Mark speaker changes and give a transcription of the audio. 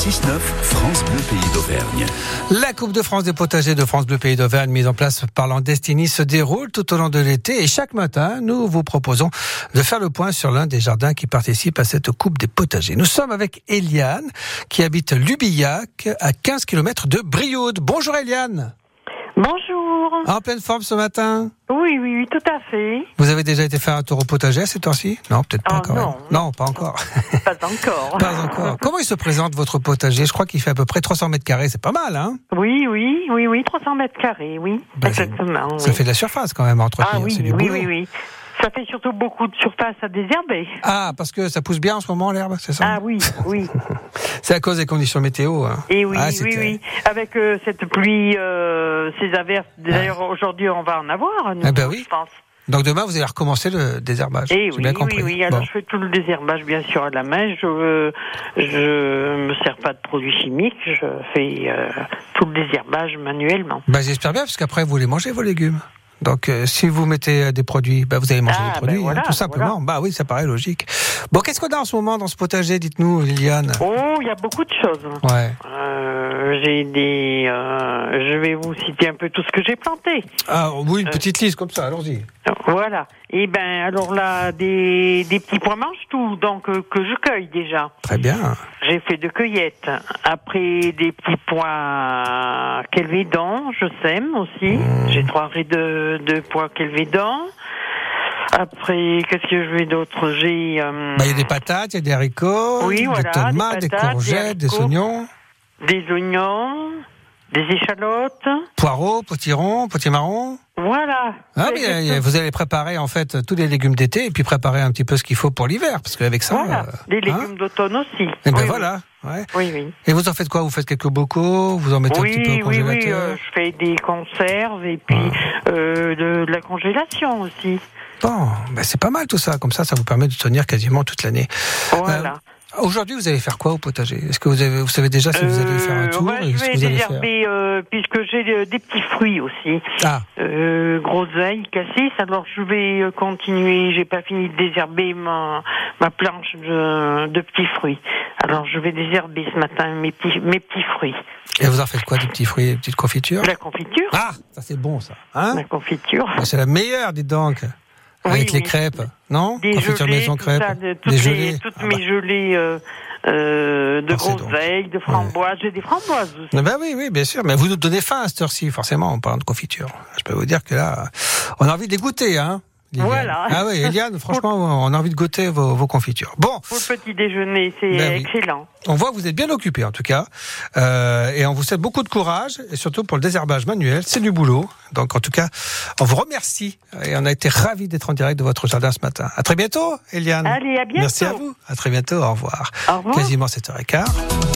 Speaker 1: 6-9, France Bleu Pays d'Auvergne.
Speaker 2: La Coupe de France des potagers de France Bleu Pays d'Auvergne, mise en place par Landestini, se déroule tout au long de l'été et chaque matin, nous vous proposons de faire le point sur l'un des jardins qui participe à cette Coupe des potagers. Nous sommes avec Eliane, qui habite Lubillac, à 15 km de Brioude. Bonjour Eliane Ah,
Speaker 3: Bonjour.
Speaker 2: En pleine forme ce matin
Speaker 3: Oui, oui, oui, tout à fait.
Speaker 2: Vous avez déjà été faire un tour au potager à cette heure-ci Non, peut-être pas
Speaker 3: Ah,
Speaker 2: quand
Speaker 3: non.
Speaker 2: même. Non, pas encore.
Speaker 3: Pas encore.
Speaker 2: pas encore. Comment il se présente votre potager Je crois qu'il fait à peu près 300 mètres carrés, c'est pas mal, hein
Speaker 3: Oui, oui, oui, oui, 300 mètres carrés, oui.
Speaker 2: Ben, c'est-
Speaker 3: exactement.
Speaker 2: Ça
Speaker 3: oui.
Speaker 2: fait de la surface quand même à entretenir,
Speaker 3: ah oui,
Speaker 2: c'est du
Speaker 3: oui,
Speaker 2: boulot.
Speaker 3: oui, oui. Ça fait surtout beaucoup de surface à désherber.
Speaker 2: Ah, parce que ça pousse bien en ce moment l'herbe, c'est ça
Speaker 3: Ah oui, oui.
Speaker 2: C'est à cause des conditions météo. hein.
Speaker 3: Et Eh oui,
Speaker 2: Ah,
Speaker 3: oui,
Speaker 2: c'était-
Speaker 3: oui. Avec euh, cette pluie, euh, ces averses, d'ailleurs aujourd'hui on va en avoir, nous,
Speaker 2: Ah ben oui.
Speaker 3: je pense.
Speaker 2: Donc demain, vous allez recommencer le désherbage.
Speaker 3: Et
Speaker 2: J'ai
Speaker 3: Eh oui,
Speaker 2: bien
Speaker 3: oui,
Speaker 2: compris.
Speaker 3: oui. Alors
Speaker 2: Bon.
Speaker 3: je fais tout le désherbage bien sûr à la main. Je euh, je me sers pas de produits chimiques. Je fais euh, tout le désherbage manuellement.
Speaker 2: Bah, J'espère bien, parce qu'après, vous les mangez, vos légumes. Donc, euh, si vous mettez euh, des produits, bah, vous allez manger
Speaker 3: Ah,
Speaker 2: des
Speaker 3: ben
Speaker 2: produits, hein,
Speaker 3: voilà,
Speaker 2: tout simplement. Bah oui, ça paraît logique. Bon, qu'est-ce qu'on a en ce moment dans ce potager Dites-nous, Liliane.
Speaker 3: Oh, il y a beaucoup de choses.
Speaker 2: Ouais.
Speaker 3: Euh, j'ai des. euh, je vais vous citer un peu tout ce que j'ai planté.
Speaker 2: Ah,
Speaker 3: Euh.
Speaker 2: oui, une petite liste comme ça, allons-y.
Speaker 3: Voilà. Et ben alors là, des, des petits pois mange tout, donc euh, que je cueille déjà.
Speaker 2: Très bien.
Speaker 3: J'ai fait de cueillettes. Après des petits pois kelvédans, je sème aussi.
Speaker 2: Mmh.
Speaker 3: J'ai trois raies de, de pois kelvédans. Après, qu'est-ce que je vais d'autre J'ai euh,
Speaker 2: Bah, Il y a des patates, il y a des haricots,
Speaker 3: Oui,
Speaker 2: des
Speaker 3: voilà, des
Speaker 2: tomates, des,
Speaker 3: patates, des
Speaker 2: courgettes, des,
Speaker 3: haricots.
Speaker 2: oignons,
Speaker 3: des oignons, des échalotes.
Speaker 2: poireaux, potirons, potimarrons.
Speaker 3: Voilà.
Speaker 2: Ah,
Speaker 3: C'est-
Speaker 2: mais euh, y a- vous allez préparer en fait tous les légumes d'été et puis préparer un petit peu ce qu'il faut pour l'hiver, parce qu'avec ça.
Speaker 3: Voilà,
Speaker 2: euh,
Speaker 3: des
Speaker 2: hein,
Speaker 3: légumes d'automne aussi.
Speaker 2: eh ben
Speaker 3: Oui,
Speaker 2: voilà. ouais.
Speaker 3: Oui, oui.
Speaker 2: Et vous en faites quoi Vous faites quelques bocaux Vous en mettez un petit peu
Speaker 3: Oui,
Speaker 2: au
Speaker 3: oui, oui,
Speaker 2: congélateur Ah.
Speaker 3: euh, je fais des conserves et puis euh, de, de la congélation aussi.
Speaker 2: Bon, ben, c'est pas mal tout ça. Comme ça, ça vous permet de tenir quasiment toute l'année.
Speaker 3: Voilà.
Speaker 2: Aujourd'hui, vous allez faire quoi au potager Est-ce que vous, avez, vous savez déjà Ah, si vous allez faire un
Speaker 3: Euh,
Speaker 2: tour
Speaker 3: ouais,
Speaker 2: et
Speaker 3: je
Speaker 2: ce que
Speaker 3: vais
Speaker 2: vous allez faire
Speaker 3: désherber euh, puisque j'ai euh, des petits fruits aussi.
Speaker 2: Ah,
Speaker 3: Euh, groseille, cassis. Alors je vais euh, continuer. J'ai pas fini de désherber ma, ma planche de, de petits fruits. Alors je vais désherber ce matin mes petits, mes petits fruits.
Speaker 2: et vous en faites quoi Des petits fruits, des petites confitures
Speaker 3: La confiture.
Speaker 2: Ah, ça c'est bon ça. Hein
Speaker 3: La confiture.
Speaker 2: Ah, C'est la meilleure, dites donc.
Speaker 3: Oui,
Speaker 2: Avec les
Speaker 3: oui.
Speaker 2: crêpes, non
Speaker 3: des
Speaker 2: Confiture
Speaker 3: gelées,
Speaker 2: maison
Speaker 3: tout
Speaker 2: crêpes.
Speaker 3: ça, de- toutes
Speaker 2: des
Speaker 3: les-
Speaker 2: gelées.
Speaker 3: toutes
Speaker 2: Ah, bah.
Speaker 3: mes gelées euh, euh, de
Speaker 2: Ah, c'est
Speaker 3: groseilles, de framboises. J'ai des framboises aussi.
Speaker 2: Ah Ben oui, oui, bien sûr. Mais vous nous donnez faim à cette heure-ci, forcément, en parlant de confiture. Je peux vous dire que là, on a envie de les goûter, hein. Liliane.
Speaker 3: Voilà.
Speaker 2: Ah oui, Eliane, franchement, on a envie de goûter vos, vos confitures. Bon,
Speaker 3: Pour le petit déjeuner, c'est
Speaker 2: Ben oui.
Speaker 3: excellent.
Speaker 2: on voit que vous êtes bien occupé, en tout cas. Euh, et on vous souhaite beaucoup de courage, et surtout pour le désherbage manuel. C'est du boulot. Donc, en tout cas, on vous remercie. Et on a été ravis d'être en direct de votre jardin ce matin. À très bientôt, Eliane.
Speaker 3: Allez, à bientôt.
Speaker 2: Merci à vous. À très bientôt. Au revoir.
Speaker 3: Au revoir.
Speaker 2: Quasiment 7h15.